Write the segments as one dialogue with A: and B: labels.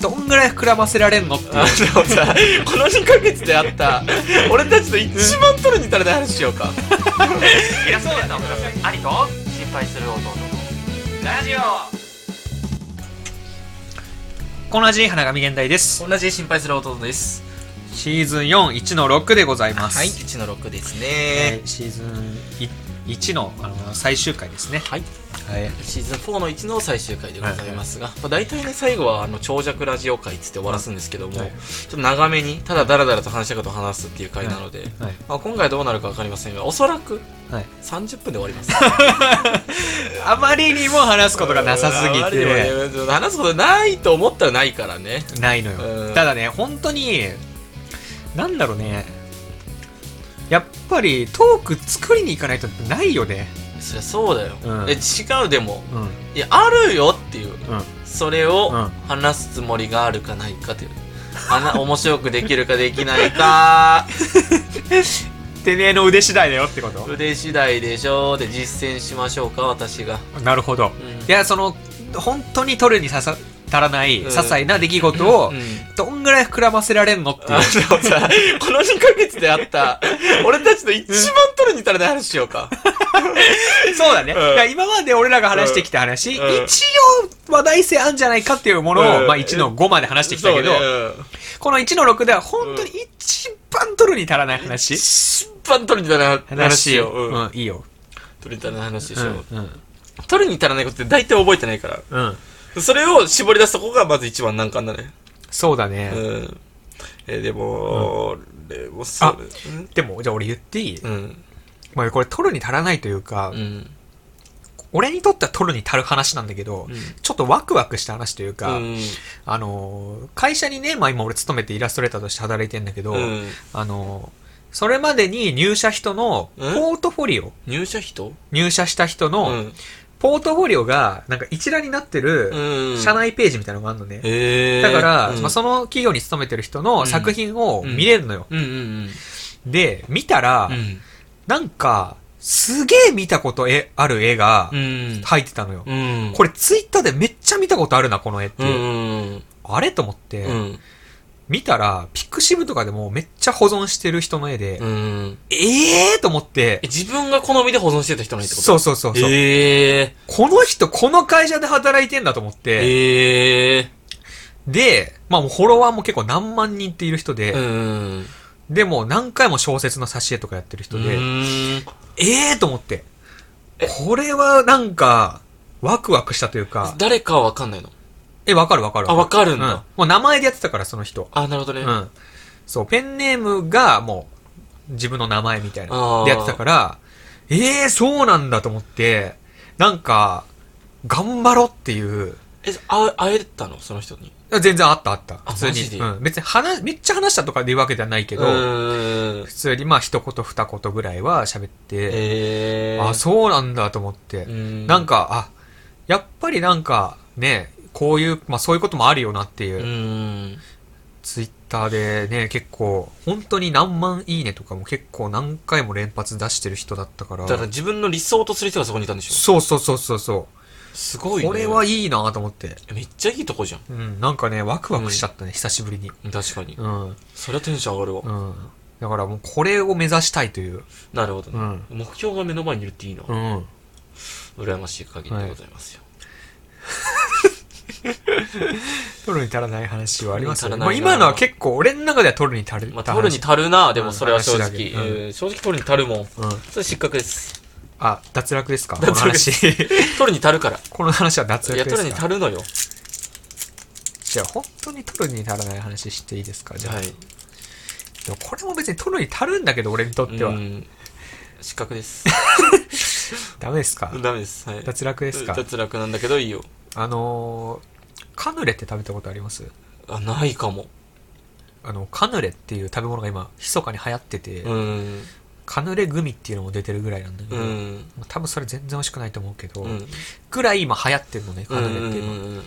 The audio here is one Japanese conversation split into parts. A: どんぐらい膨らませられんのっていう
B: あでもさこの2ヶ月であった俺たちの一番取るに足りない話しようか
C: イラストレーターを目指す兄と心配する弟のラジオ
A: この味花神現代です
B: 同じ心配する弟です
A: シーズン41の6でございます
B: はい1の6です
A: え
B: ね、
A: ーシーズン1のあの最終回ですね
B: はい
A: はい
B: シーズン4の1の最終回でございますが、まあ、大体ね最後はあの長尺ラジオ回っつって終わらすんですけども、
A: はい
B: ちょっと長めにただダラダラと話したことを話すっていう回なので、
A: はい
B: まあ、今回どうなるか分かりませんがおそらく
A: はい
B: 30分で終わります
A: あまりにも話すことがなさすぎ
B: あまりにもね
A: て
B: 話すことないと思ったらないからね
A: ないの
B: う
A: よ
B: ん
A: ただね本当になんだろうねやっぱりトーク作りに行かないとないよね
B: そりゃそうだよ、
A: うん
B: え違うでも
A: うんうん
B: いやあるよっていうそれを
A: うん
B: 話すつもりがあるかないかという、あな面白くできるかできないか
A: てめえの腕次第だよってこと
B: 腕次第でしょで実践しましょうか私が、
A: なるほどいやその本当に取るにささ足らない
B: うん
A: 些細な出来事を
B: うん
A: どんぐらい膨らませられんのってい
B: あ
A: う
B: でもさこの2ヶ月であった俺たちの一番取るに足らない話しようか
A: そうだね。
B: うん
A: だから今まで俺らが話してきた話、
B: うん
A: 一応話題性あんじゃないかっていうものを、
B: うん
A: まあ1の5まで話してきたけど、
B: そうねうん
A: この1の6では本当に一番取るに足らない話、
B: 一番取るに足らない話よ、
A: う
B: うん
A: ん、いいよ。
B: 取るに足らない話でしょ、
A: うんうん
B: 取るに足らないことって大体覚えてないから
A: うん
B: それを絞り出すとこがまず一番難関だね
A: そうだね。
B: うん。えーでも、俺も
A: あ
B: そ
A: でも、じゃあ俺言っていい、
B: れ、うん。
A: まあこれ取るに足らないというか、
B: うん。
A: 俺にとっては取るに足る話なんだけど、
B: うん
A: ちょっとワクワクした話というか、
B: うん。
A: あのー、会社にね、まあ今俺勤めてイラストレーターとして働いてんだけど、
B: うん
A: あの、それまでに入社人の
B: うん
A: ポートフォリオ、
B: 入社人
A: 入社した人
B: う
A: の
B: ん。
A: ポートフォリオが、なんか一覧になってる、
B: うん。
A: 社内ページみたいなのがあるのね。
B: えー。
A: だから、
B: うん
A: まあ、その企業に勤めてる人の作品を見れるのよ。
B: うんうん
A: で、見たら、
B: うん。
A: なんか、すげえ見たことえある絵が
B: うん。
A: 入ってたのよ。
B: うん。
A: これツイッターでめっちゃ見たことあるな、この絵って
B: うん
A: いう。
B: うん
A: あれと思って、
B: うん。
A: 見たら、ピクシブとかでもめっちゃ保存してる人の絵で、
B: うん。
A: ええーと思って
B: え、自分が好みで保存してた人のってこと
A: そうそうそうそう。
B: えー。
A: この人、この会社で働いてんだと思って、
B: えー。
A: で、まあもうフォロワーも結構何万人っている人で、
B: うん。
A: でもう何回も小説の挿絵とかやってる人で、
B: うん
A: ええーと思って
B: え、
A: これはなんか、ワクワクしたというか、
B: 誰かはわかんないの
A: え、わかるわかる
B: あ、わかるん
A: うん
B: だ。。
A: もう名前でやってたから、その人。
B: あ、なるほど
A: う
B: ね。
A: ん。そう、ペンネームがもう、自分の名前みたい
B: あ
A: な。
B: ー
A: でやってたから、ええー、そうなんだと思って、なんか、頑張ろうっていう、
B: え、あ会えたのその人に。
A: 全然あったあった。
B: あ
A: 普通
B: マジ
A: に。
B: で
A: うん。別に話、めっちゃ話したとかでいうわけではないけど、
B: うん
A: 普。通にまあ一言二言ぐらいは喋って、
B: えー。
A: あ、そうなんだと思って、
B: うん
A: なんか、あ、やっぱりなんかね、こういう、まあそういうこともあるよなっていう、
B: うん。
A: ツイッターでね、結構、本当に何万いいねとかも結構何回も連発出してる人だったから、
B: だから自分の理想とする人がそこにいたんでしょ
A: そうそうそうそうそ
B: すご
A: う、
B: いね。
A: これはいいなと思って、
B: めっちゃいいとこじゃん。
A: うん、なんかね、ワクワクしちゃったね、久しぶりに。
B: 確かに
A: う。ん、
B: そりゃテンション上がるわ
A: う。ん。だからもうこれを目指したいという、
B: なるほど
A: う
B: ね。
A: ん。
B: 目標が目の前にいるっていいな。
A: うん。
B: 羨ましい限りでございますよ。
A: 取るに足らない話はありますよね
B: 取るに
A: まあ今
B: 足らないな
A: のは結構俺の中では取るに足る。
B: まあ、取るに足るな、でもそれは正
A: うん話だ
B: 直
A: け。どうん
B: えー正直取るに足るもん。
A: うん。
B: それ失格です。
A: あ、脱落ですか
B: 脱落です
A: この話。
B: 取るに足るから。
A: この話は 脱
B: いや、
A: 落で
B: 取る
A: す
B: に
A: か
B: 足るのよ。
A: じゃあ本当に取るに足らない話していいですかじゃあ、
B: はい。
A: でもこれも別に取るに足るんだけど俺にとっては、
B: うん失格です。
A: ダメですか
B: ダメです。はい。
A: 脱落ですか
B: 脱落なんだけどいいよ。
A: あのー、カヌレって食べたことあります
B: あ、ないかも。
A: あのカヌレっていう食べ物が今密かに流行ってて、
B: うん。
A: カヌレグミっていうのも出てるぐらいなんだけ
B: う
A: ど、
B: ん。
A: まあ多分それ全然美味しくないと思うけど、
B: うん。
A: ぐらい今流行ってるのね
B: う
A: カヌレっていうのは、
B: ん。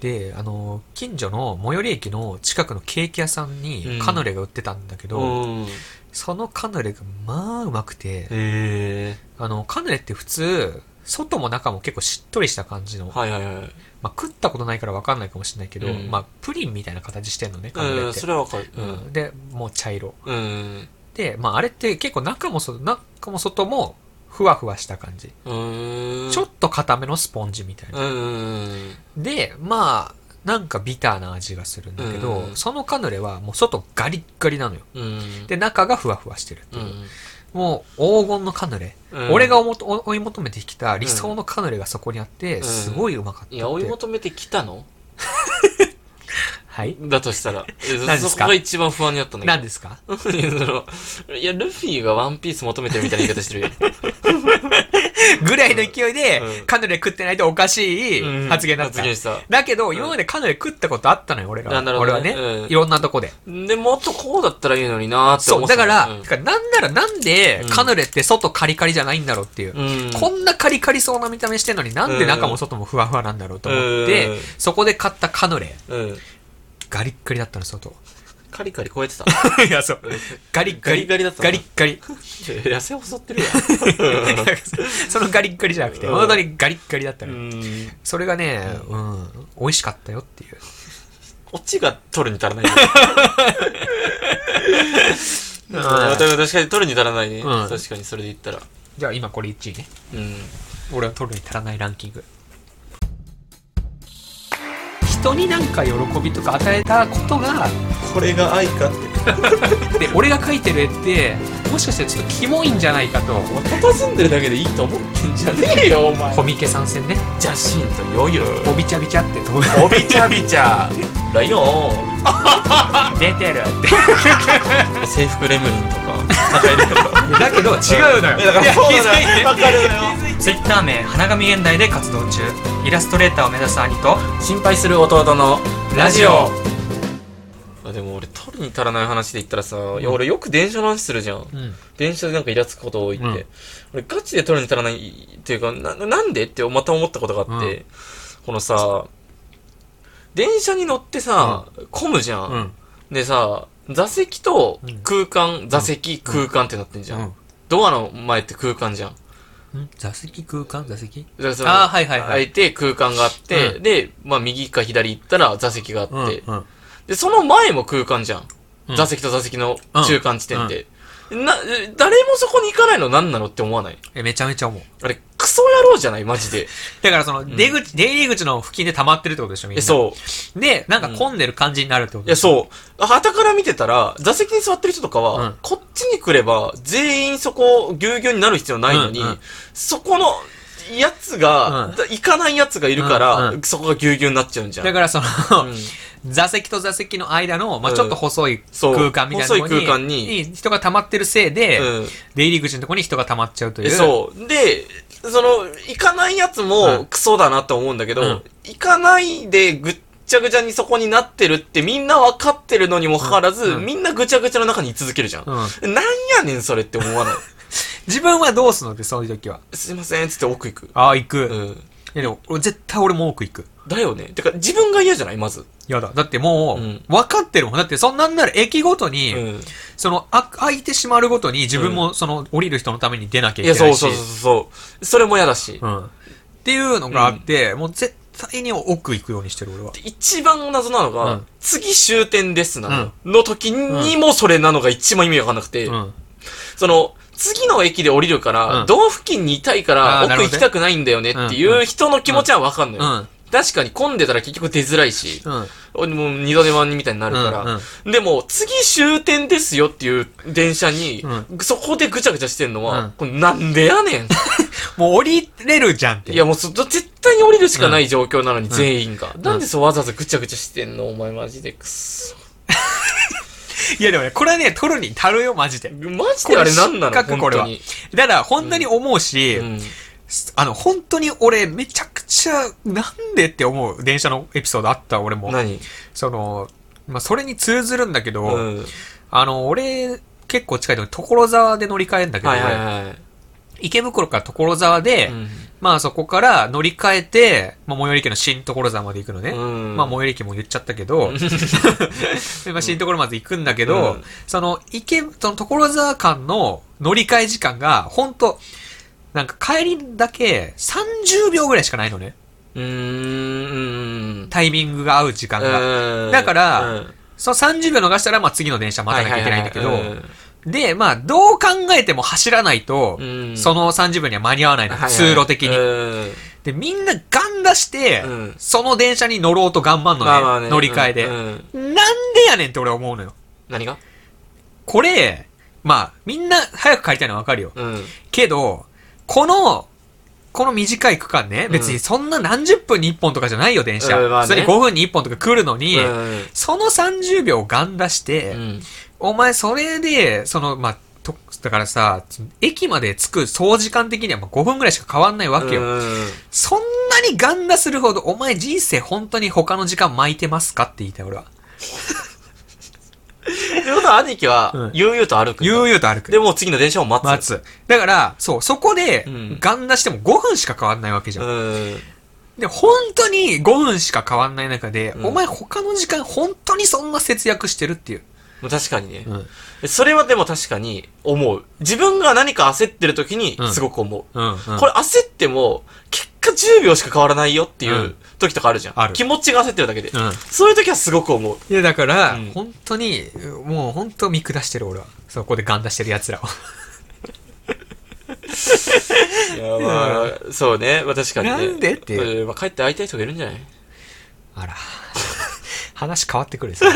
A: であのー近所の最寄り駅の近くのケーキ屋さん
B: うん
A: にカヌレが売ってたんだけど、
B: うん。
A: そのカヌレがまあうまくて、
B: え
A: あの、カヌレって普通、外も中も結構しっとりした感じの、
B: はいはいはい。
A: まあ、食ったことないから分かんないかもしれないけど、
B: うん
A: まあ、プリンみたいな形してんのね、カヌレ
B: う
A: っ
B: ん、
A: て
B: そ。れはわかる。う
A: うん
B: ん。
A: で、もう茶色。
B: うん。
A: で、まあ、あれって結構中も外、中も外もふわふわした感じ。
B: うん。
A: ちょっと固めのスポンジみたいな。
B: うんうん。
A: で、まあ、なんかビターな味がするんだけど、
B: うん
A: そのカヌレはもう外ガリッガリなのよ。
B: うん。
A: で、中がふわふわしてるって
B: う
A: いう。
B: ん、
A: もう黄金のカヌレ。
B: うん
A: 俺がおもとお追い求めてきた理想のカヌレがそこにあって、
B: ん
A: すごいうまかったって。
B: いや、追い求めてきたの
A: はい。
B: だとしたら。え
A: 何ですか
B: そこが一番不安になったんだ
A: 何
B: け
A: ですか
B: ど。いや、その いやルフィがワンピース求めてるみたいな言い方して るよ。
A: ぐらいの勢いで、
B: うん
A: カヌレ食ってないとおかしい発言だった。
B: 発言した。
A: だけど、今までカヌレ食ったことあったのよ、俺らは。
B: あなるほ
A: 俺
B: ど
A: は
B: ね
A: ね、
B: うん
A: いろんなとこで。
B: で、もっとこうだったらいいのになーって
A: そ
B: 思
A: う、
B: って
A: だか
B: た
A: ら、
B: うん
A: てかなんならなんで
B: うん
A: カヌレって外カリカリじゃないんだろうっていう。
B: うん
A: こんなカリカリそうな見た目してんのになんで中も外もふわふわなんだろうと思って、
B: うん
A: そこで買ったカヌレ、
B: うん。
A: ガリッガリだったの、外。
B: カリカリ超えてた。
A: いや、そう。ガリッガリ。
B: ガリガリだったの
A: ガリッガリ。
B: 痩せ細ってる
A: なんか そそのガリッガリじゃなくて、
B: うん
A: 本当にガリッガリだった
B: やん。
A: の
B: う
A: よ。
B: ん。
A: それがね、うん、美味しかったよっていう。
B: オチが取るに足ら ない。
A: うん
B: うん確かに取るに足らないね。
A: うん
B: 確かにそれで言ったら。
A: じゃあ今これ1位ね。
B: うん。
A: 俺は取るに足らないランキング人になんか喜びとか与えたことが
B: これが愛かって。
A: で俺が描いてる絵ってもしかしてちょっとキモいんじゃないかと
B: 佇んでるだけでいいと思ってんじゃねえよ、お前
A: コミケ参戦ね
B: じゃしんと余裕。
A: おびちゃびちゃって飛ぶ
B: おびちゃびちゃ。 ライオン。
A: 出てるって
B: 制服レムリンとか。 高いる
A: だけど違うのよ
B: だからそうだよ。わかるのよ。
A: ツイッター名花神現代で活動中イラストレーターを目指す兄と
B: 心配する弟の
A: ラジオ。
B: あでも俺取るに足らない話で言ったらさ、いや俺よく電車の話するじゃん。
A: うん
B: 電車でなんかイラつくこと多いって、
A: うん
B: 俺ガチで取るに足らないっていうかななんでってまた思ったことがあって、
A: う
B: このさ電車に乗ってさ、混むじゃん、
A: うん
B: でさ座席と
A: うん
B: 空間、座席、空間ってなってんじゃん、ドアの前って空間じゃん
A: うん座席空間座席
B: だからそ
A: あーはいはいはい
B: 空いて空間があって、
A: う
B: で、まあ、右か左行ったら座席があって、
A: うん
B: でその前も空間じゃん、
A: うん
B: 座席と座席の中間地点で、な誰もそこに行かないの何なのって思わない
A: えめちゃめちゃ思う
B: あれ、クソ野郎じゃないマジで。
A: だからその出口、出入り口の付近で溜まってるってことでしょみん
B: え、
A: な
B: そう。
A: で、なんか混んでる感じになるってこと
B: いや、
A: う。
B: そう。はたから見てたら、座席に座ってる人とかは、
A: うん
B: こっちに来れば、全員そこ、ぎゅうぎゅうになる必要ないのに、
A: うんうん
B: そこの、やつが、
A: うん
B: だ行かないやつがいるから、
A: うんうん
B: そこがぎゅうぎゅうになっちゃうんじゃん。
A: だからその、
B: うん
A: 座席と座席の間の、まあ
B: うん
A: ちょっと細い
B: そう
A: 空間みたいなとこに、
B: 細い空間に
A: 人が溜まってるせいで、
B: うん
A: 出入り口のとこに人が溜まっちゃうとい
B: え
A: う。
B: そう。で、その、行かないやつ
A: うん
B: も、クソだなと思うんだけど、
A: うん
B: 行かないでぐっちゃぐちゃにそこになってるってみんなわかってるのにもかかわらず、
A: うんうん
B: みんなぐちゃぐちゃの中に居続けるじゃん。
A: うん
B: なんやねんそれって思わない。
A: 自分はどうするのって、そういう時は。
B: すいません、つって奥行く。
A: ああ、行く。
B: う
A: い
B: ん。
A: やでも、俺絶対俺も多く行く。
B: だよね。てか、自分が嫌じゃないまず。
A: やだ。だってもう、
B: うん
A: 分かってるもん。だって、そんなんなら駅ごとに、
B: うん。
A: その、あ、空いてしまうごとに、自分もその、降りる人のために出なきゃ
B: い
A: いけな
B: や、
A: いし。
B: そうそうそうそう。それも嫌だし。
A: うん。っていうのがあって、もう絶対に奥行くようにしてる、俺は。
B: 一番謎なのが、
A: うん
B: 次終点ですなの、の時にもそれなのが一番意味わかんなくて、
A: うん。
B: その、次の駅で降りるから、
A: うん
B: 道府県にいたいか
A: あ
B: ら
A: ーなるほ
B: 奥行
A: どね
B: きたくないんだよねっていう人の気持ちはわかんのよ、
A: うん。
B: 確かに混んでたら結局出づらいし、
A: うん。
B: もう二度手間みたいになるから、
A: うん
B: でも、次終点ですよっていう電車に、
A: う
B: そこでぐちゃぐちゃしてんのは、
A: うん
B: これなんでやねん。
A: もう降りれるじゃんって。
B: いや、もうそ、絶対に降りるしかない状況なのに、
A: ん
B: 全員が。なんでそうわざわざぐちゃぐちゃしてんのお前マジで。くっそ。
A: いやでもね、これはね、取るに足るよ、マジで。
B: マジであれなん
A: これ失
B: なの
A: 格
B: 本当
A: これ
B: に。
A: だから、本当に思うし、
B: うん。
A: あの、本当に俺、めちゃくちゃ、なんでって思う電車のエピソードあった、俺も。
B: 何
A: その、まあ、それに通ずるんだけど、
B: うん。
A: あの、俺、結構近いとこ所沢で乗り換えんだけど、
B: はいはいは
A: 池袋から所沢で、
B: い。
A: まあそこから乗り換えて、まあ最寄り駅の新所沢まで行くのね。
B: うん
A: まあ最寄り駅も言っちゃったけ ど、でまあ新所まで行くんだけど、
B: うん
A: その池、その所沢間の乗り換え時間が、ほんと、なんか帰りだけ30秒ぐらいしかないのね。
B: うーん。
A: タイミングが合う時間が。
B: うん
A: だから
B: うん
A: その30秒逃したら、まあ次の電車待たなきゃいけないんだけど、
B: はははは
A: で、まあどう考えても走らないと、
B: うん
A: その30秒には間に合わないの、
B: はいはい
A: 通路的に。
B: うん
A: で、みんなガン出して、
B: うん
A: その電車に乗ろうと頑張んのね、
B: まあまあね
A: 乗り換えで、
B: うんうん
A: なんでやねんって俺は思うのよ。
B: 何が
A: これ、まあ、みんな早く帰りたいのはわかるよ。
B: うん。
A: けど、この、この短い区間ね、別にそんな何十分に1本とかじゃないよ、電車。
B: うんまあね
A: それに5分に1本とか来るのに、
B: うん
A: その30秒ガン出して、
B: うん
A: お前それで、その、まあ、とだからさ、駅まで着く総時間的にはまあ5分ぐらいしか変わんないわけよ。
B: うん
A: そんなにガンダするほど、お前人生本当に他の時間巻いてますかって言いたい、俺は。
B: ってことは兄貴
A: う
B: は
A: ん、
B: 悠々と歩くんだ。
A: 悠々と歩く。
B: でもう次の電車を待つ。
A: 待つ。だから、そう、そこで
B: うん、
A: ガンダしても5分しか変わんないわけじゃん。
B: うん。
A: で、本当に5分しか変わんない中で、
B: うん
A: お前他の時間本当にそんな節約してるっていう。
B: もう確かにね。
A: ん。
B: それはでも確かに思う。自分が何か焦ってる時に
A: うん
B: すごく思
A: う
B: う。
A: ん、
B: これ焦っても、結果10秒しか変わらないよっていううん時とかあるじゃん。
A: ある
B: 気持ちが焦ってるだけで。
A: うん。
B: そういう時はすご く思う。
A: いや、だから、
B: うん
A: 本当に、もう本当見下してる俺は。そこでガンダしてる 奴らを。
B: いや、まあ、そうね。まあ確かにね。
A: なんでっていう
B: うんまあ帰って会いたい人がいるんじゃない
A: あら。話変わってく るですね。
B: い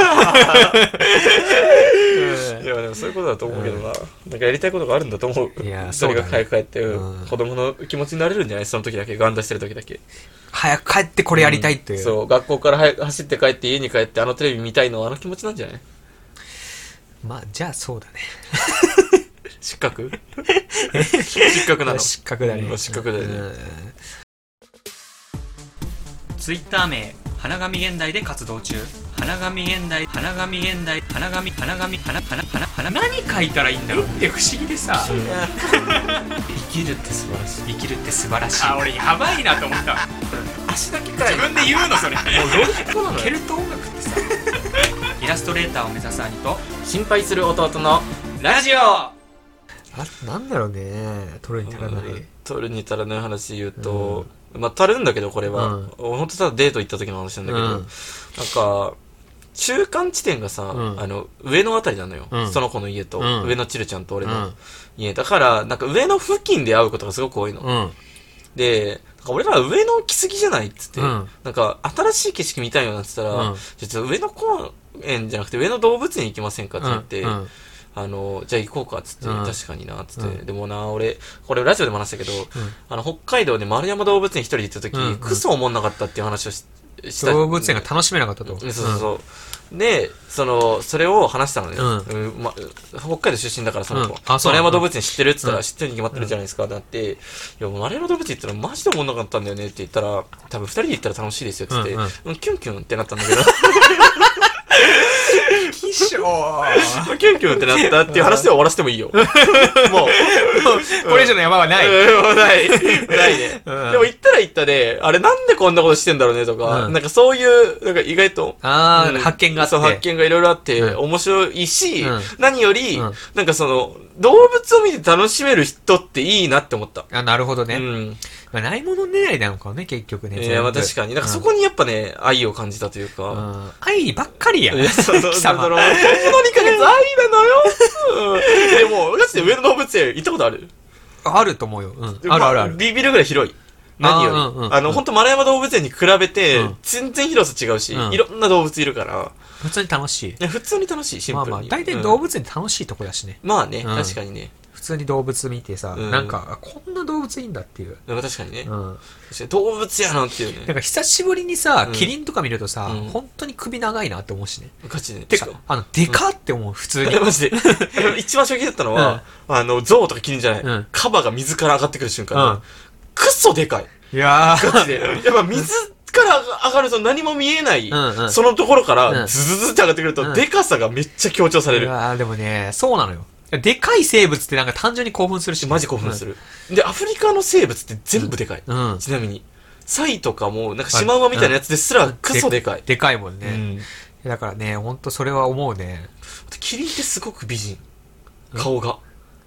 B: や、でもそういうことだと思うけどな。なんかやりたいことがあるんだと思う。
A: いや
B: それ
A: そうだ
B: が
A: ね
B: 早く帰って、
A: うん
B: 子供の気持ちになれるんじゃないその時だけ。ガンダしてる時だけ。
A: 早く帰ってこれやりたいっていう。
B: そう、学校から早く走って帰って家に帰ってあのテレビ見たいのはあの気持ちなんじゃない
A: まあ、じゃあそうだね。
B: 失格失格なの。
A: 失格だ
B: うん
A: ね。
B: 失格だよね
A: うん
C: ツイッター名花神現代で活動中花神現代花神現代花神花神花花花花何書いたらいいんだろうって不思議でさ生きるって素晴らしい生きるって素晴らしいあ俺やばいなと思った足だけか自分で言うのそれケルト音楽ってさイラストレーターを目指す兄と
B: 心配する弟の
C: ラジオ
A: あなんだろうね。取るに足らない。
B: 取るに足らない話言うと、まあ足るんだけどこれは、
A: うん
B: 本当ただデート行った時の話なんだけど、
A: うん
B: なんか中間地点がさ、
A: うん
B: あの上のあたりなのよ、
A: うん
B: その子の家と、
A: うん
B: 上のチルちゃんと俺
A: う
B: の
A: ん。
B: 家、だからなんか上の付近で会うことがすごく多いの、
A: うん。
B: でなんか俺ら上の来すぎじゃないっつって、
A: うん
B: なんか新しい景色見たいよなんつったら、
A: うん
B: じゃあちょっと上の公園じゃなくて上の動物園行きませんかって言って、
A: うん
B: あの、じゃあ行こうかっつって、
A: うん
B: 確かになっつって、
A: うん
B: でもな、俺、これラジオでも話したけど、あの、北海道で丸山動物園一人で行った時、
A: うんうん
B: クソ思んなかったっていう話をしした。
A: 動物園が楽しめなかったと。
B: うんそうそうそう。で、その、それを話したのね。
A: う
B: うんま、北海道出身だから、その
A: う
B: 子
A: んあそう
B: 丸
A: なんだ
B: 山動物園知ってるっつった
A: う
B: ら、
A: ん
B: 知ってるに決まってるじゃないですか、だって、いや、丸山動物園行ったらマジで思んなかったんだよねって言ったら、多分二人で行ったら楽しいですよっつって、
A: うんうん
B: うんキュンキュンってなったん だけど、
A: うん。衣 装
B: キュンキュンってなったっていう話で終わらせても いいよ。もう。
A: これ以上の山はない。
B: うんもうない。 ないね。
A: うん
B: でも行ったら行ったで、あれなんでこんなことしてんだろうねとか、
A: うん
B: なんかそういう、なんか意外と。
A: あ
B: うん
A: あ、発見があって。
B: そう、発見がいろいろあって、
A: うん
B: 面白いし、
A: うん
B: 何より、
A: うん
B: なんかその、動物を見て楽しめる人っていいなって思った。
A: あ、なるほどね。
B: うん。
A: まあ、ないもの狙いなのかもね、結局ね。
B: いや、まあ確かに。なんかそこにやっぱね、愛を感じたというか。
A: うん、うん愛ばっかりや。
B: いやそうそう
A: 貴
B: そうその
A: 様。
B: 本当にかけず愛なのよ、うん、でも、ガチで上野動物園行ったことある
A: あると思うよ。うん。あるあるある。
B: ビビるぐらい広い。何より。あ,、
A: あーうんうん
B: の、
A: うん
B: 本当丸山動物園に比べて、
A: うん
B: 全然広さ違うし、
A: うん
B: いろんな動物いるから、
A: 普通に楽しい
B: い。や普通に楽しい、シン
A: ま
B: プ
A: あ
B: ルに。
A: まあ、大体動
B: うん
A: 物園って楽しいとこだしね。
B: まあね、
A: うん
B: 確かにね。
A: 普通に動物見てさ、
B: うん
A: なんか、あこんな動物いいんだっていう。
B: でも確かにね。
A: うん。
B: 確かに動物やなんていう
A: な
B: ね。
A: んか久しぶりにさ
B: うん、
A: キリンとか見るとさ、
B: うん
A: 本当に首長いなって思うしね。
B: ガチでね。
A: て
B: て
A: か
B: か、、
A: あの、でかって思う、普通
B: い
A: に
B: や。マジで。 あの一番衝撃だったのは、あの、象とかキリンじゃない、
A: うん
B: カバが水から上がってくる瞬間、
A: うん
B: クソでかい。
A: いやー。
B: ガチで。やっぱ水から上がると何も見えない、
A: うんうん
B: そのところか
A: う
B: ら
A: ん
B: ズズズって上がってくると、
A: うん
B: でかさがめっちゃ強調され
A: い
B: る。
A: やーでもね、そうなのよ。でかい生物ってなんか単純に興奮するし、
B: マジ興奮す
A: る。
B: る。で、アフリカの生物って全部でかい。
A: うん。
B: ちなみに、サイとかも、なんかシマウマみたいなやつですらクソでかい。
A: でかいもん
B: う
A: ね。
B: ん
A: だからね、ほんとそれは思うね。
B: キリンってすごく美人。顔が。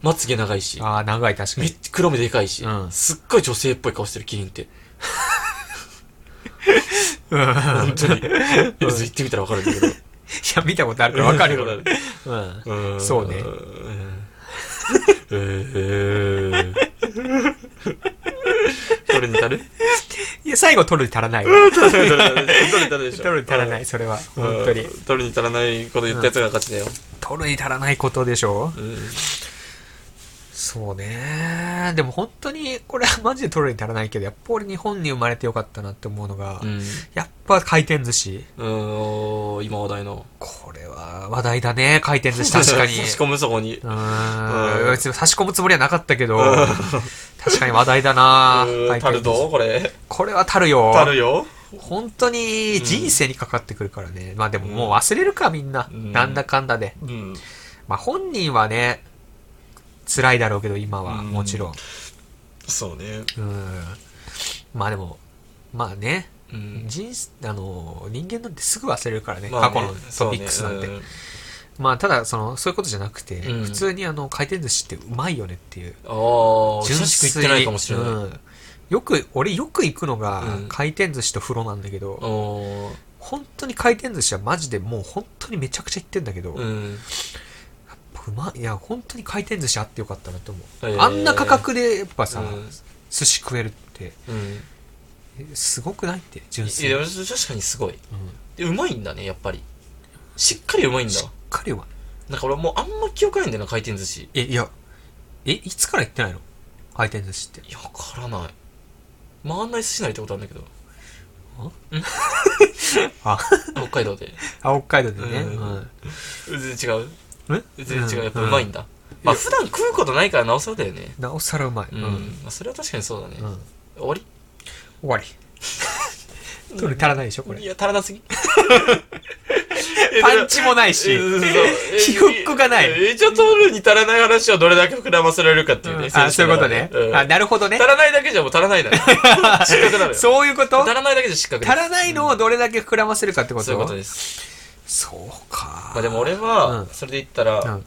B: まつげ長いし、
A: ああ、長い、確か
B: めっ
A: に。
B: ちゃ黒目でかいし、
A: うん
B: すっごい女性っぽい顔してるキリンって。
A: うん。い
B: 本当 に。いや
A: うん
B: 行ってみたらわかるんだけど。
A: や、見たことある からわかるよ。
B: わかる
A: うん。
B: うん
A: そうね
B: うんえ ーどれに足る
A: いや、最後取るに足らないわ。
B: どれに足るでしょ
A: 取るに足らない、それは。
B: うん
A: 本当に
B: う。ん取るに足らないこと言ったやつが勝ちだよ。
A: 取るに足らないことでしょ
B: うん
A: そうね。でも本当に、これはマジで取るに足らないけど、やっぱ俺日本に生まれてよかったなって思うのが、
B: うん
A: やっぱ回転寿司。
B: うんおー今話題の。
A: これは話題だね、回転寿司。確かに。
B: 差し込むそこに。
A: う
B: う
A: ー
B: ん
A: ん。別に差し込むつもりはなかったけど
B: うん、
A: 確かに話題だな
B: うん足るとこれ。
A: これは足るよ。
B: 足るよ。
A: 本当に人生にかかってくるからね。まあでももう忘れるか、みんな。
B: うん
A: なんだかんだで。
B: うん。
A: まあ本人はね、辛いだろうけど、今は。
B: うん
A: もちろん。
B: そうね。
A: うん。まあでも、まあね、
B: うん
A: 人生、あの、人間なんてすぐ忘れるからね、
B: まあね
A: 過去のトピックスなんて。
B: そうね
A: まあただ、その、そういうことじゃなくて、
B: うん
A: 普通にあの、回転寿司ってうまいよねっていう。
B: うんああ、
A: 純
B: 久しく行ってないかもしれない。
A: うんよく、俺よく行くのが
B: うん、
A: 回転寿司と風呂なんだけど、
B: おー
A: 本当に回転寿司はマジでもう本当にめちゃくちゃ行ってんだけど、
B: う
A: やっ
B: ん。
A: ぱうまいいや本当に回転寿司あってよかったなと思う、
B: えー
A: あんな価格でやっぱさ、
B: うん
A: 寿司食えるって
B: うん。
A: えすごくないって純
B: い
A: 粋に、
B: や
A: うん、
B: 確かにすごい
A: し
B: でうまいんだねやっぱりしっかりうまいんだ
A: っかりは
B: なんか俺もうあんま記憶ないんだよな回転寿司
A: えいやえいつから行ってないの回転寿司って
B: いやわからない回んない寿司なりってことあるんだけど ん
A: あ
B: 北海道で
A: あ北海道でね、
B: う
A: う
B: ん
A: ん
B: 全然違う
A: え
B: 全然違うやっぱうまいんだ、まあ普段食うことないからなおさらだよね
A: なおさらうまい、
B: うん、まあ、それは確かにそうだね、
A: うんうん
B: 終わり
A: 終 わり取る足らないでしょこ
B: い
A: れ
B: や足らなすぎ
A: パンチもないし
B: うんそう
A: 起伏がない
B: えじゃあ取るに足らない話をどれだけ膨らませられるかっていうね、
A: あそういうことね、
B: うん
A: あなるほどね
B: 足らないだけじゃもう足らないだ ろ失格なのよ
A: そういうこと
B: 足らないだけじゃ失格です
A: 足らないのをどれだけ膨らませるかってこと
B: そういうことです
A: そうか。
B: まあでも俺
A: う
B: は
A: ん
B: それで言ったら、
A: うん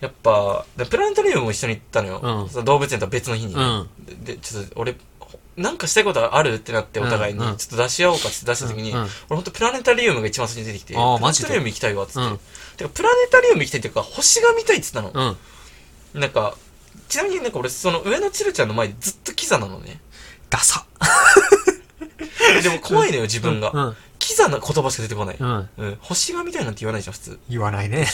B: やっぱでプラネタリウムも一緒に行ったのよ、
A: うん
B: その動物園とは別の日に、
A: うん
B: ででちょっと俺ほなんかしたいことあるってなってお互いに、
A: うんうん
B: ちょっと出し合おうかって出した時に、
A: うんうん
B: 俺ほんとプラネタリウムが一番最初に出てきて
A: あー
B: プラ
A: マ
B: ネ
A: ジで
B: タリウム行きたいわっつって、
A: うん
B: てかプラネタリウム行きたいっていうか星が見たいっつったの、
A: うん。
B: なんかちなみになんか俺その上野千鶴ちゃんの前でずっとキザなの ね
A: ダサ。
B: でも怖いのよ自分が、
A: うん。
B: キザな言葉しか出てこない、
A: うん。
B: うん、星が見たいなんて言わないじゃん、普通。
A: 言わないね。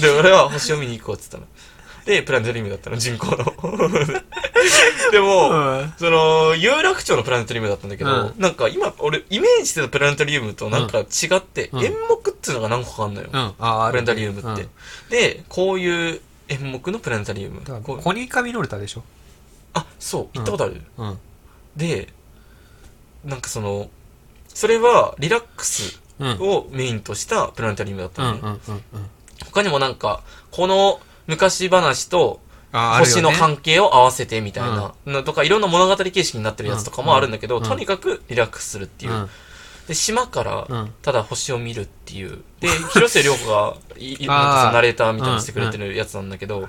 B: で、俺は星を見に行こうって言ったの。で、プラネタリウムだったの、人工の。 で
A: う
B: も、
A: ん。
B: その、有楽町のプラネタリウムだったんだけど、
A: う
B: なんか今、俺、イメージしてたプラネタリウムとなんか違って、
A: うん
B: 演目っていうのが何個かあんのよ。
A: うん。あ
B: プラネタリウムって、で、こういう演目のプラネタリウム。こう
A: コニカミノルタでしょ
B: あ、そう、行ったことある。
A: うん。
B: で、なんかその、それはリラックス
A: うん。うん。
B: をメインとしたプラネタリウムだった
A: う
B: の
A: ん。
B: ね。
A: うん。うん。
B: 他にもなんか、この昔話と
A: あ
B: 星の
A: 感
B: 関係を合わせてみたいなのとか、いろんな物語形式になってるやつとかもあるんだけど、
A: うんうん
B: とにかくリラックスするっていう。
A: うん。
B: で、島か
A: う
B: ら
A: ん、
B: ただ星を見るっていう。で、広瀬涼子がい、いなんかそのナレーターみたいにしてくれてるやつなんだけど、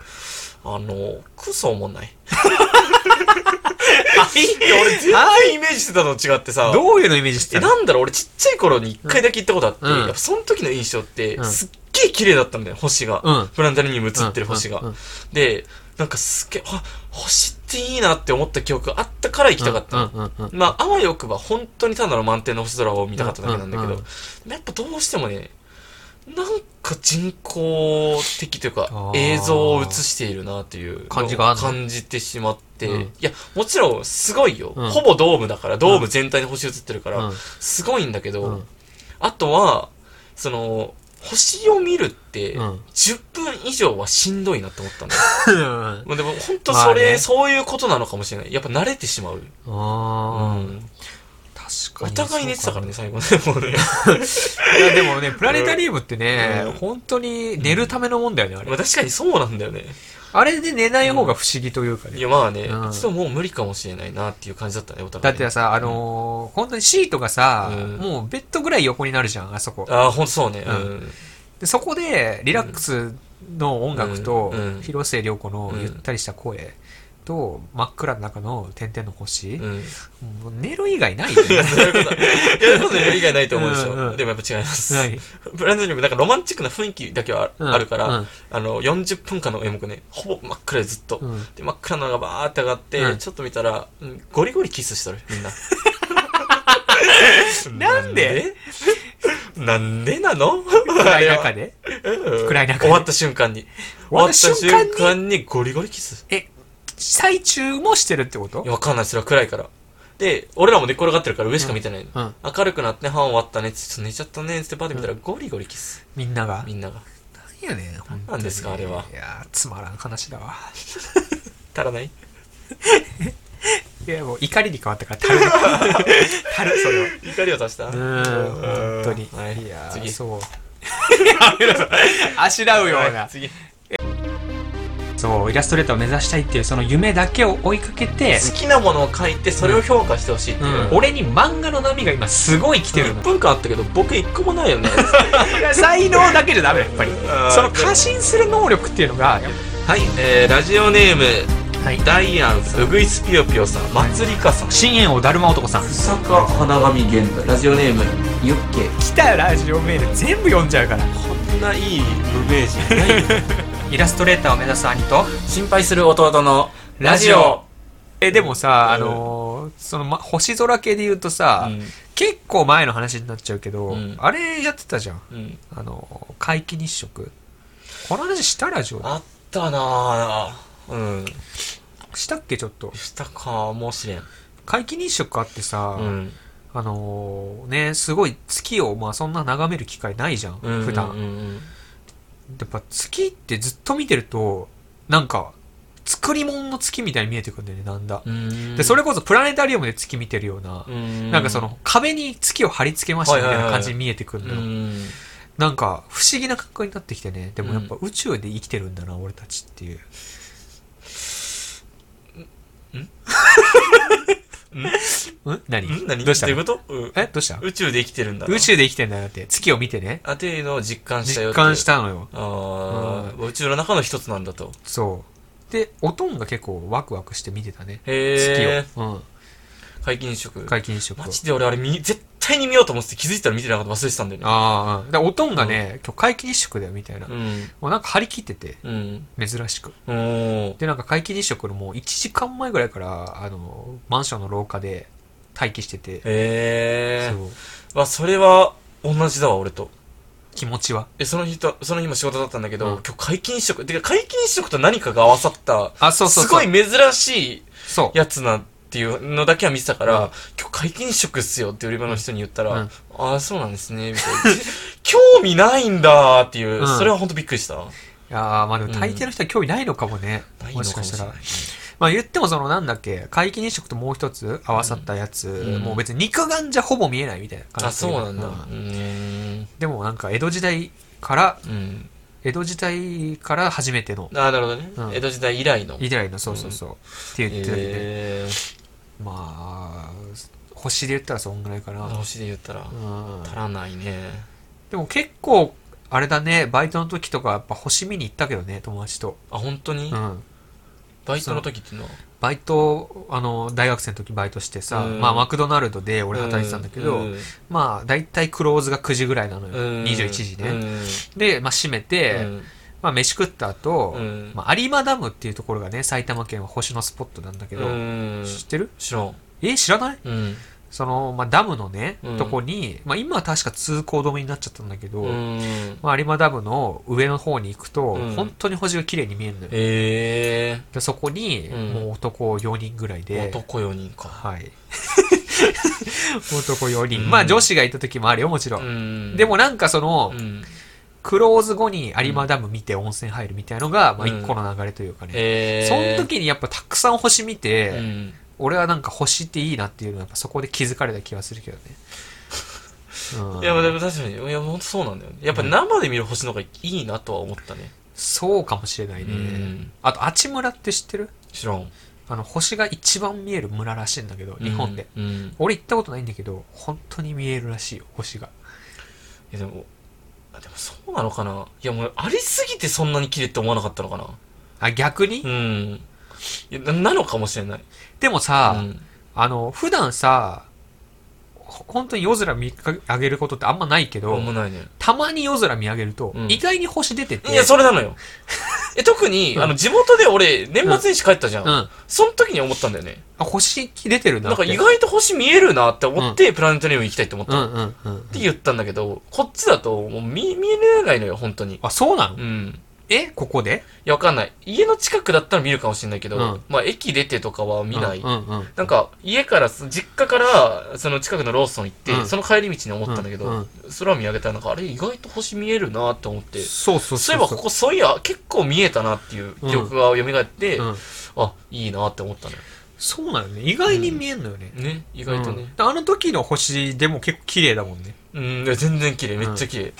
B: あの、クソ思んない。いや、俺全然イメージしてたの違ってさ、
A: どういうのイメージして
B: え、
A: た
B: なんだろう、俺ちっちゃい頃に一回だけ行ったことあって、
A: うん
B: やっぱその時の印象って、
A: うん
B: すっげえ綺麗だったんだよ、星が。
A: うん
B: プラネタリウムに映ってる星が。
A: うんうん
B: で、なんかすっげえ、あ、星っていいなって思った記憶があったから行きたかったの。
A: うん。うん。
B: まあ、あわよくば本当にただの満点の星空を見たかっただけなんだけ
A: うん
B: ど、
A: うんうん
B: でもやっぱどうしてもね、なんか人工的というか
A: あ、ー
B: 映像を映しているなっていう
A: 感じがあんの
B: 感じてしまって、
A: うん
B: いや、もちろんすごいよ、
A: うん
B: ほぼドームだから、ドーム全体に星映ってるから、
A: うん
B: すごいんだけど、
A: うん
B: あとは、その、星を見るって、
A: うん
B: 10分以上はしんどいなって思ったんだよ。
A: うん。
B: まあでも本当それ、
A: まあね
B: そういうことなのかもしれない。やっぱ慣れてしまう。
A: あ
B: うん
A: ー確か
B: お
A: に。
B: 互い寝てたからね、
A: そう
B: 最後ね。もうね。
A: か。いや、でもね、プラネタリウムってね
B: うん、
A: 本当に寝るためのもんだよね、あ
B: まあ
A: れ。
B: 確かにそうなんだよね。
A: あれで寝ない方が不思議というかね
B: い。や、まあね、
A: うん
B: ちょっともう無理かもしれないなっていう感じだったね、お
A: だ
B: 互
A: っ
B: い。
A: て、さ、あのー本当にシートがさ、
B: うん
A: もうベッドぐらい横になるじゃん、あそこ。
B: ああ、ほんとそうね。う
A: うん
B: ん。
A: でそこで、リラックスの音楽と、
B: うんうん
A: 広末涼子の
B: うん
A: ゆったりした声と、真っ暗の中の点々の星、
B: うん。
A: もう寝る以外ないよね
B: そういうこと。いや、そういう以外ないと思うでしょ。
A: うんうん
B: でもやっぱ違います。
A: ない
B: ブランドにもなんかロマンチックな雰囲気だけは
A: うん
B: ああるから、
A: うん
B: あの、40分間の演目ね、ほぼ真っ暗でずっと。
A: うん
B: で、真っ暗なのがバーって上がって、
A: うん
B: ちょっと見たら、うんゴリゴリキスしとる、みんな。
A: なんで
B: なんでなんでなの
A: 暗い中で
B: うん
A: 暗い中で
B: 終わった瞬間に。終
A: 終わ
B: わっ
A: ったた瞬
B: 瞬
A: 間に
B: 間にゴリゴリキス。
A: え最中もしてるってこと
B: いやわかんない、それは暗いから。で、俺らも寝転がってるから上しか見てないの。
A: うん
B: 明るくなって、半終わったね、ちょっと寝ちゃったね、つってバーって見たら、ゴリゴリキス。
A: みんなが
B: みんなが。
A: いやねん本当に
B: なんですかあれはい
A: やーつまらん話だわ
B: 足らない
A: いやもう怒りに変わったから 足る足るそれは
B: 怒りを足した
A: うーん本当に
B: はい
A: いやー
B: 次
A: そうやめろあしらうような
B: はい次
A: そうイラストレーターを目指したいっていうその夢だけを追いかけて、
B: 好きなものを書いてそれを評価してほしいって
A: う
B: い
A: ん
B: う、
A: 俺に漫画の波が今すごい来てる
B: 1
A: の
B: 分間あったけど僕1個もないよね
A: 才能だけじゃダメやっぱり
B: ん
A: その過信する能力っていうのが
B: はい、えー、ラジオネーム
A: はい
B: ダイアンさんうぐいすぴよぴよさんまつりかさん
A: 深淵王だるま男さん
B: 坂花神現代ラジオネームユッケ
A: 来たラジオメール全部読んじゃうから
B: こんないい無名人ないよ
A: イラストレーターを目指す兄と
B: 心配する弟のラジオ
A: えでもさ、あ
B: うん
A: のーその、ま、星空系で言うとさ、
B: うん
A: 結構前の話になっちゃうけど、
B: うん
A: あれやってたじゃん
B: うん
A: あのー皆既日食この話したラジオで
B: あったなぁうん
A: したっけちょっと
B: したかもしれん
A: 皆既日食あってさ、
B: うん
A: あのーねすごい月をまあそんな眺める機会ないじゃん、
B: うん
A: 普
B: う
A: 段
B: んうん
A: やっぱ月ってずっと見てるとなんか作り物の月みたいに見えてくるんだよねなんだ、
B: うん
A: でそれこそプラネタリウムで月見てるような、
B: うん
A: なんかその壁に月を貼り付けましたみたいな感じに見えてく
B: う
A: るのよ、
B: ん
A: なんか不思議な格好になってきてねでもやっぱ
B: う
A: 宇宙で生きてるんだな、俺たちっていううん何
B: ん何
A: どうした
B: どうい
A: の
B: うことうん
A: えどうした
B: 宇宙で生きてるんだな
A: 宇宙で生きてんだなって月を見てね
B: あていうのを実感したよ
A: 実
B: っていう
A: 感したのよ
B: ああ宇宙の中の一つなんだと
A: そうでおとんが結構ワクワクして見てたね月
B: へえ
A: を、うん、
B: 皆勤食
A: 皆勤食を
B: マジで俺あれ見絶対に見ようと思ってて気づいたら見てなかった忘れてたんだよね
A: ああうんだからおとんがね、今日皆既日食だよみたいな、
B: うん
A: もうなんか張り切ってて
B: うん
A: 珍しく
B: おー
A: で、なんか皆既日食のもう1時間前ぐらいから、あの、マンションの廊下で待機してて、
B: へえ
A: そう
B: まあそれは同じだわ俺と
A: 気持ちは。
B: えその日とその日も仕事だったんだけど、
A: うん
B: 今日皆勤食てか皆勤食と何かが合わさった
A: あ、そうそうそう。
B: すごい珍しい
A: そう。
B: やつなっていうのだけは見てたから、
A: うん
B: 今日皆勤食っすよって売り場の人に言った
A: う
B: ら、
A: ん
B: ああ、そうなんですね、みたいな。興味ないんだーっていう、
A: うん
B: それは本当びっくりした。
A: いやーまあでも大抵の人は興味ないのかもね。
B: ないの
A: もし
B: か
A: かし
B: もしたれ
A: ら。
B: ない。
A: まあ言ってもそのなんだっけ、皆既日食ともう一つ合わさったやつ、
B: うん
A: もう別に肉眼じゃほぼ見えないみたいな感じ。
B: あ、そうなんだ。う
A: うん
B: ーん。
A: でもなんか江戸時代から、
B: うん。
A: 江戸時代から初めての、
B: あーなるほどね、
A: うん
B: 江戸時代以来の。
A: 以来の、そうそうそう。って言ってたけどね。
B: えー、
A: まあ、星で言ったらそんぐらいかな。
B: 直しで言ったら、
A: うん
B: 足らないね。
A: でも結構、あれだね、バイトの時とかやっぱ星見に行ったけどね、友達と。
B: あ、本当に、
A: うん。
B: バイトの時っていうのは。
A: バイト、あの、大学生の時バイトしてさ、
B: うん
A: まあマクドナルドで俺働いてたんだけど、
B: うん
A: まあ大体クローズが9時ぐらいなのよ。
B: うん
A: 21時ね。
B: うん
A: で、まあ閉めて、まあ飯食った後、
B: うん
A: まあ有馬ダムっていうところがね、埼玉県は星のスポットなんだけ
B: う
A: ど、
B: ん。うん。
A: 知ってる
B: 知らん。
A: え、知らない
B: うん。
A: その、まあダムのね、
B: うん
A: とこに、まあ今は確か通行止めになっちゃったんだけど、
B: うん。
A: まあ、有馬ダムの上の方に行くと、
B: うん
A: 本当に星が綺麗に見えるのよ。
B: えー。
A: でそこに、
B: うん
A: もう男4人ぐらいで。
B: 男4人か。
A: はい。 男4人。
B: うん
A: まあ女子がいた時もあるよ、もちろん。
B: ん
A: でも、なんかその、
B: うん、
A: クローズ後に有馬ダム見て温泉入るみたいのが、まあ
B: うん
A: 一個の流れというかね。
B: えー、
A: その時にやっぱたくさん星見て、
B: うん、
A: 俺はなんか星っていいなっていうのはやっぱそこで気づかれた気がするけどね。うん
B: いや、でも確かに、いや、本当そうなんだよね。やっぱ生で見る星の方がいいなとは思ったね。
A: そうかもしれないね。
B: うん
A: あと、あちむらって知ってる
B: 知らん。
A: あの、星が一番見える村らしいんだけど、日本で。
B: うん。うん
A: 俺行ったことないんだけど、本当に見えるらしいよ、星が。
B: いや、でも、あでもそうなのかないやもうありすぎてそんなに綺麗って思わなかったのかな
A: あ、逆に、
B: うんいやななのかもしれない
A: でもさ、
B: うん
A: あの、普段さ、ほ本当に夜空見上げることってあんまないけど、
B: あんまないね
A: たまに夜空見上げると、
B: うん
A: 意外に星出てて。
B: いや、それ なのよ。え、特に、
A: うん
B: あの、地元で俺、年末年始帰ったじゃん。
A: うん。あ、
B: その時に思ったんだよね。
A: 星出てるな
B: なん
A: って。
B: か意外と星見えるなって思って、プラネタリウム行きたいって思った。
A: う
B: っ
A: んうんうん。
B: て言ったんだけど、こっちだと、もう見、見えないのよ、本当に。
A: あ、そうなの、
B: うん。
A: えここで
B: いや、わかんない。家の近くだったら見るかもしれないけど、
A: うん
B: まあ、駅出てとかは見ない。
A: うんうんうん。
B: なんか、家から、そ実家から、その近くのローソン行って、
A: うん
B: その帰り道に思ったんだけど、
A: うん
B: 空見上げたらなんか、あれ意外と星見えるなって思って、
A: そうそうそうそう。
B: そういえばここそういや、結構見えたなっていう記憶が蘇って、
A: うん、
B: あ、いいなって思ったのよ。
A: そうなのね。意外に見えんのよね。
B: ね、意外と
A: うん
B: ね。
A: であの時の星でも結構綺麗だもんね。
B: うん、いや全然綺麗、めっちゃ綺麗。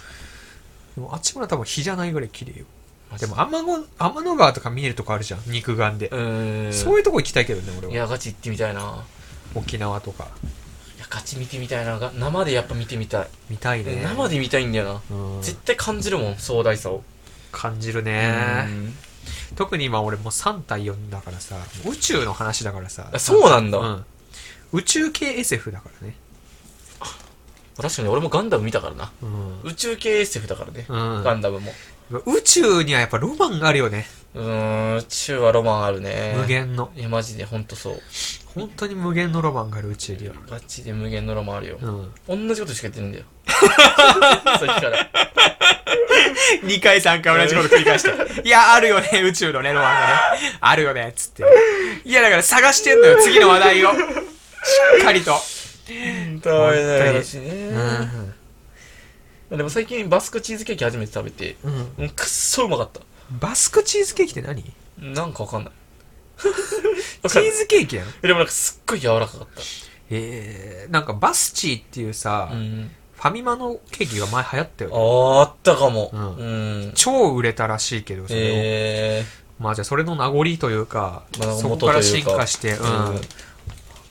A: でもあっちも多分日じゃないぐらい綺麗よ。
B: マジ
A: でも天の天の川とか見えるとこあるじゃん。肉眼で
B: う。ーん。
A: そういうとこ行きたいけどね、
B: い
A: 俺は。
B: や、ガチ行ってみたいな。
A: 沖縄とか。
B: いや、ガチ見てみたいな。が生でやっぱ見てみたい。
A: 見たいね。
B: 生で見たいんだよな。
A: うん
B: 絶対感じるもん、壮大さを。
A: 感じる
B: う
A: ね。
B: ん
A: 特に今俺もう3対4だからさ、もう宇宙の話だからさ。
B: あそうなんだ
A: うん宇宙系 SF だからね。
B: 確かに俺もガンダム見たからな。
A: うん
B: 宇宙系 SF だからね。
A: うん
B: ガンダムも。
A: 宇宙にはやっぱロマンがあるよね。
B: うーん、宇宙はロマンあるね。
A: 無。限の。
B: いや、マジでほんとそう。
A: 本当に無限のロマンがある宇宙には。
B: ガチで無限のロマンあるよ。
A: うん。
B: 同じことしか言ってない んだよ。さっきから。
A: 2回3回同じこと繰り返して。いや、あるよね、宇宙のね、ロマンがね。あるよね、つって。いや、だから探してんのよ、次の話題を。しっかりと。
B: ダメだよ
A: 本
B: 私ね。でも最近バスクチーズケーキ初めて食べて、
A: うん。
B: うんくっそうまかった。
A: バスクチーズケーキって何チ
B: なんか わかんない。わかんない
A: ーズケーキやの
B: でもなんかすっごい柔らかかっ
A: えー、なんかバスチーっていうさ、
B: た。うん。
A: ファミマのケーキが前流行ったよね。
B: ああったかも。
A: う
B: うんん。
A: 超売れたらしいけど、それを。
B: え
A: まあじゃあそれの名残というか、
B: まあ
A: そこから
B: 元とい
A: 進
B: うか
A: 化して、う
B: ー、
A: ん。
B: うん。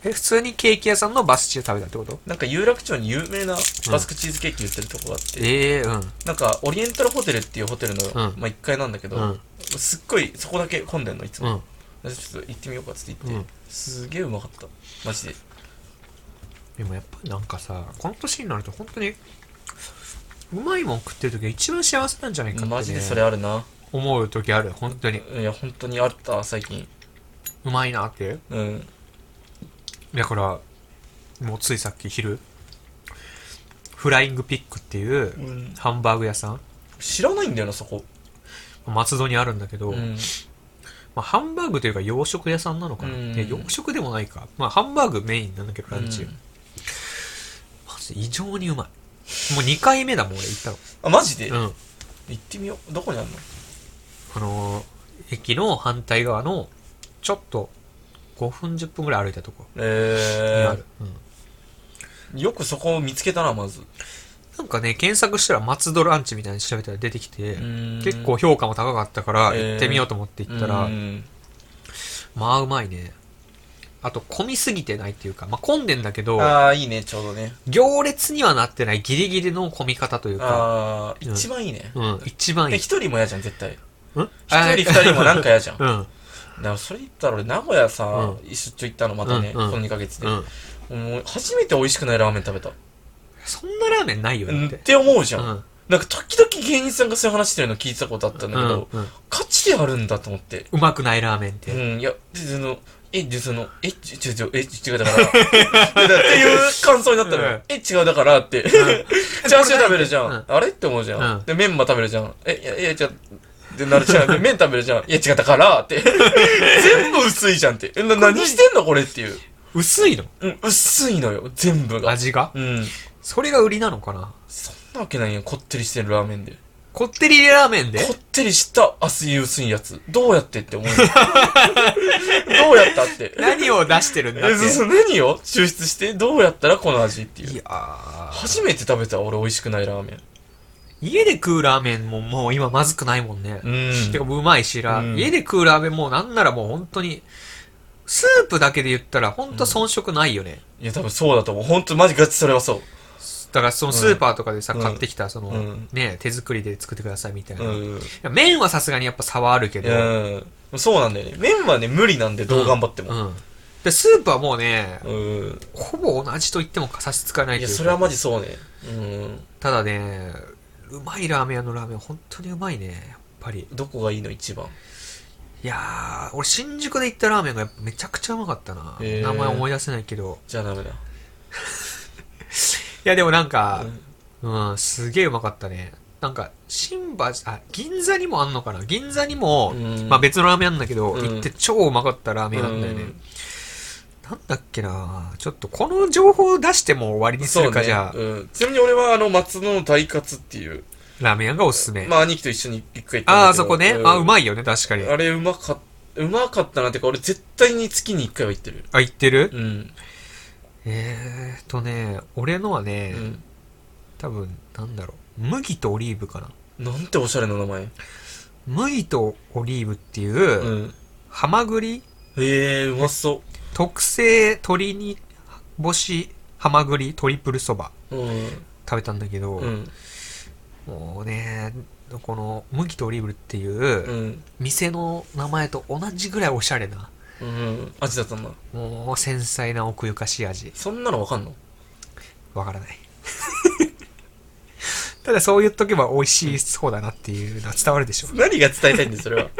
A: え、普通にケーキ屋さんのバスチーを食べたってこと
B: なんか有楽町に有名なバスクチーズケーキ売ってるとこがあって、
A: ええー、
B: なんかオリエンタルホテルっていうホテルの、
A: うん
B: まあ1階なんだけど、
A: うん
B: すっごいそこだけ混んでんのいつ
A: うん。
B: も、
A: うん。
B: ちょっと行ってみようかっつって行って、
A: うん
B: すげえうまかったマジで
A: でもやっぱりなんかさ、この年になると本当に、うまいもん食ってる時が一番幸せなんじゃないかって、ね、
B: マジでそれあるな
A: 思う時ある。本当に。
B: いや本当にあった最近
A: うまいなって。
B: うん
A: だから、もうついさっき昼、フライングピックっていう
B: うん
A: ハンバーグ屋さん、
B: 知らないんだよなそこ、
A: 松戸にあるんだけど、
B: うん、
A: まあ、ハンバーグというか洋食屋さんなのかな、
B: うん
A: いや洋食でもないか、まあ、ハンバーグメインなんだけどランチ、
B: うん
A: マジで異常にうまいもう2回目だもん俺行ったの
B: あマジで、
A: うん
B: 行ってみようどこにあるの
A: あのー駅の反対側のちょっと5分10分ぐらい歩いたとこに
B: え
A: ある、うん
B: ー、よくそこを見つけたなまず
A: なんかね検索したら松戸ランチみたいに調べたら出てきて、
B: 結
A: 結構評価も高かったから
B: えー
A: 行ってみようと思って行ったら、
B: うん
A: まあうまいねあと混みすぎてないっていうか、まあ、混んでんだけど
B: ああいいねちょうどね
A: 行列にはなってないギリギリの混み方というか、
B: ああ
A: うん
B: 一番いいね
A: うん、一番い
B: え
A: い。
B: 一人も嫌じゃん絶対
A: うん
B: 一人二人もなんか嫌じ ゃんだ
A: う
B: か
A: ん。
B: らそれ言ったら俺名古屋さ
A: う
B: 出張行ったのまたね
A: うんうん
B: この2ヶ月で
A: うん。
B: もう初めて美味しくないラーメン食べた
A: そんなラーメンないよ
B: うん
A: だ
B: っ
A: って。
B: て思うじ
A: う
B: ゃん
A: ん。
B: なんか時々芸人さんがそういう話してるの聞いてたことあったんだ
A: う
B: け
A: ん
B: ど
A: うん
B: 価値であるんだと思って
A: うまくないラーメンって。
B: うん、いや、でその、え、で、その、え、ちょ、ちょ、ちょ、え、ちょ、違うだ から。でだっていう感想になったの
A: う
B: よ
A: ん。
B: え、違うだからって。 チャーシュー食べるじゃ
A: うん
B: ん。あれって思うじゃ
A: うん
B: ん。で、メンマ食べるじゃん。え、いや、いや、ちょ、ってなるじゃ ん。で、麺食べるじゃん。いや、違うだからって。全部薄いじゃんって。え、な、何してんのこれっていう。
A: 薄いの
B: うん、薄いのよ。全部が。
A: 味が
B: うん。
A: それが売りなのかな
B: そんなわけないやん。こってりしてるラーメンで。
A: こってりラーメンで
B: こってりした厚い薄いやつ。 どうやってって思うよ。どうやったって。
A: 何を出してるんだっ
B: え、そうそ
A: て。
B: う、何よ抽出して、どうやったらこの味ってい。
A: いうやー
B: 初めて食べた俺美味しくないラーメン。
A: 家で食うラーメンももう今まずくないもんね。
B: うん
A: てかうまいしら、
B: うん
A: 家で食うラーメンもうなんならもう本当に、スープだけで言ったら本当遜色ないよね。
B: いや、多分そうだと思う。ほんと、マジガチそれはそう。
A: だからそのスーパーとかでさ、
B: うん
A: 買ってきた、その、
B: うん
A: ね、手作りで作ってくださいみたいな。
B: う
A: い
B: ん。
A: や麺はさすがにやっぱ差はあるけど、
B: うん。そうなんだよね。麺はね、無理なんで、どう頑張って
A: う
B: も。
A: ん。で、スープはもうね、
B: うん。
A: ほぼ同じと言っても差し支えない
B: い
A: とい
B: や、
A: うか
B: それはマジそうね。うん。
A: ただね、うまいラーメン屋のラーメン、本当にうまいね、やっぱり。
B: どこがいいの、一番。
A: いやー、俺新宿で行ったラーメンがやっぱめちゃくちゃうまかったな。
B: へー
A: 名前思い出せないけど。
B: じゃあダメだ。
A: いや、でもなんか
B: う、ん
A: うん、すげえうまかったね。なんか、新橋、あ、銀座にもあんのかな銀座にも、
B: うん
A: まあ別のラーメン屋なんだけど、
B: うん
A: 行って超うまかったラーメン屋なんだよね。
B: うん
A: なんだっけなちょっとこの情報を出しても終わりにす
B: そ
A: る
B: う
A: か、
B: ね。
A: じゃあ、
B: うん。ちなみに俺は、あの、松野大活っていう、
A: ラーメン屋がおすすめ。
B: まあ、兄貴と一緒に一回行ったんだけど。
A: ああ、そこね。
B: ん
A: あ、うまいよね、確かに。
B: あれ、うまかっうまかったなってか、俺絶対に月に一回は行ってる。
A: あ、行ってる
B: うん。
A: えーっとね、俺のは
B: う
A: ね、
B: ん。
A: 多分、なんだろう。麦とオリーブかな。
B: なんておしゃれな名前。
A: 麦とオリーブっていうう、
B: ん。
A: ハマグリ
B: へえ、うまそ
A: 特製鶏に干しハマグリトリプルそば
B: う。うん。
A: 食べたんだけど、
B: うん。
A: もうね、この麦とオリーブっていうう、
B: ん。
A: 店の名前と同じぐらいおしゃれな、
B: うん。味だったんだ。
A: もう繊細な奥ゆかしい味。
B: そんなのわかんの
A: わから ない。ただそう言っとけば美味しいそうだなっていうのは伝わるでしょ。
B: 何が伝えたいんだよ、それは。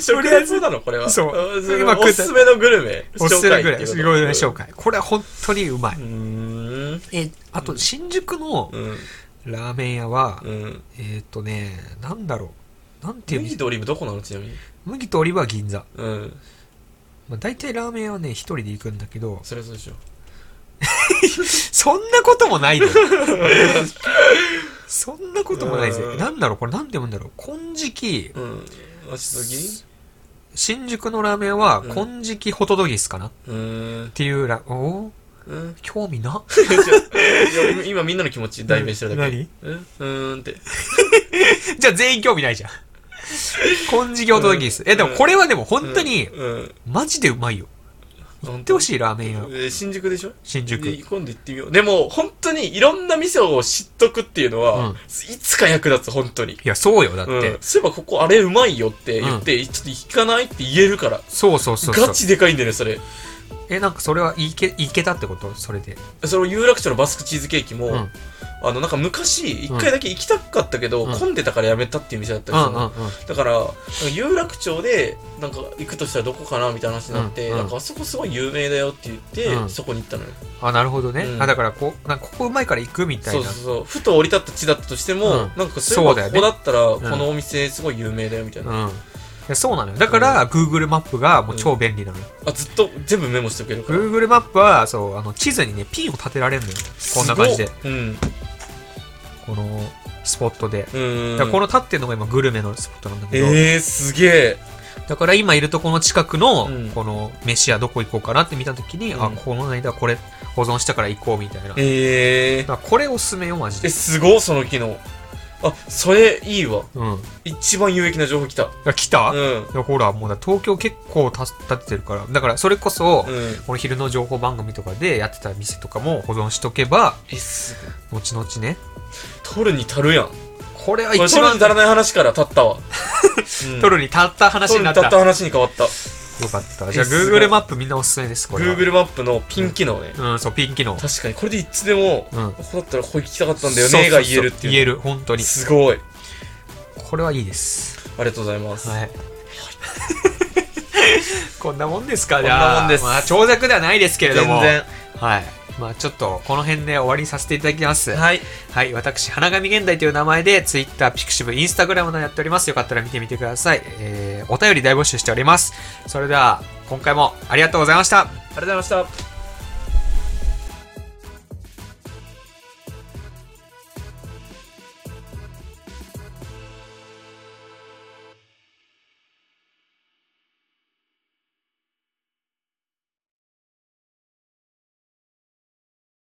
B: 食
A: りあえ
B: レ
A: ず
B: ポなのこれは。
A: そう
B: あそれ
A: 今
B: は
A: 食
B: お
A: った
B: すすめのグルメ。
A: おすすめぐらい、
B: 紹介って
A: す
B: う
A: ごい
B: こと
A: 紹介。これは本当にうまい。
B: うーん。
A: え、あと新宿の
B: うん。
A: ラーメン屋は、
B: うん。
A: えーっとね、なんだろう。なんていう
B: 麦
A: 麦
B: とオリーブどこなのちなみに。
A: 麦とオリーブは銀座。
B: うん。
A: まあ、大体ラーメン屋はね、一人で行くんだけど、
B: それはそうでしょ。
A: そんなこともないで。 そんなこともないぜ
B: う。ん
A: なんだろうこれなんて読むんだろう。金色、
B: うん。あ、次
A: 新宿のラーメン屋は
B: うん
A: 金色ホトドギスかなっ
B: うーん。
A: ていうラ、おー
B: うん。
A: 興味な。
B: いや今みんなの気持ち代弁してるだけ。
A: 何
B: うんうーんって。
A: じゃあ全員興味ないじ ゃん。金色ホトドギス。え、でもこれはでも本当に、
B: うん。
A: マジでうまいよ。
B: 行
A: 行ってほ
B: い。
A: しいラーメン屋。
B: えー新宿でしょ
A: 新
B: で
A: 宿。
B: 今度行ってみよう。でも、本当にいろんな店を知っとくっていうのは、
A: うん
B: いつか役立つ、本当に。
A: いや、そうよ、だって。
B: うん、そういえばここあれうまいよって言って、ちょっと行かないって言えるから。
A: そうそうそうそう。
B: ガチでかいんだよね、それ。
A: え、なんかそれはいけ、いけたってことそれで。
B: その有楽町のバスクチーズケーキも、
A: うん
B: あの、なんか昔、一回だけ行きたかったけど、
A: うん
B: 混んでたからやめたっていう店だった
A: う
B: り
A: ん
B: す
A: う
B: る
A: ん
B: の
A: うん。
B: だから、なんか有楽町で、なんか行くとしたらどこかなみたいな話になって、
A: うんうん
B: なんかあそこすごい有名だよって言って、
A: うん
B: そこに行ったのよ。
A: あ、なるほどね。
B: うん
A: あ、だからこう、なんかここうまいから行くみた
B: そ
A: いうな。
B: そうそう。ふと降り立った地だったとしても、
A: うん
B: なんかそうい
A: そう
B: えばここ
A: だ
B: だ
A: よ
B: ったら、
A: ん
B: このお店すごい有名だよみたいな。
A: うん。いやそうなのよ。だから、Google マップがもう超便利なのよ。
B: あ、ずっと全部メモしておけるから。
A: Google マップは、そう、あの、地図にね、ピンを立てられるのよ。こんな感じで。
B: すごっ。うん。
A: この、スポットで。
B: うん。
A: だからこの立ってるのが今、グルメのスポットなんだけど。
B: えー、すげえ。
A: だから今いるとこの近くの
B: うん、
A: この、飯屋どこ行こうかなって見たときに、
B: うん
A: あ、この間これ、保存したから行こうみたいな。だか
B: えー。
A: らこれおすすめよ、マジ
B: え、
A: で。
B: すごっ、その機能。あ、それいいわ。
A: うん。
B: 一番有益な情報来た。
A: あ来た、
B: うん。
A: いやほら、もうだ東京結構た立ててるから。だから、それこそ、
B: うん。
A: この昼の情報番組とかでやってた店とかも保存しとけば、
B: え、すごい。
A: 後々ね。
B: 取るに足るやん。
A: これは
B: これ
A: 一
B: 取る
A: 番
B: に足らない話から立った わ。うん
A: 取るにたった話
B: 取
A: にな
B: るに
A: った。
B: 立った
A: よ
B: 話に変わった。
A: かった。じゃあ、
B: えすごい
A: Google マップみんなおすすめです、これは。
B: Google マップのピン機能ね。
A: うん、そう、ピン機能。
B: 確かに、これでいつでも、
A: うん
B: ここだったらここ行きたかったんだよ
A: そうそう
B: ね、
A: そう
B: が言えるっていう。
A: 言える、本当に。
B: すごい。
A: これはいいです。
B: ありがとうございます。
A: はい。 こんなもんですか、
B: ん
A: じ
B: な
A: ゃあ。
B: もんです
A: まあ、長尺ではないですけれど
B: 全
A: も。
B: 然。
A: はい。まあ、ちょっと、この辺で終わりにさせていただきます。
B: はい。
A: はい、私、花神現代という名前で、Twitter、Pixiv、Instagram などやっております。よかったら見てみてください。えー、お便り大募集しております。それでは、今回もありがとうございました。
B: ありがとうございました。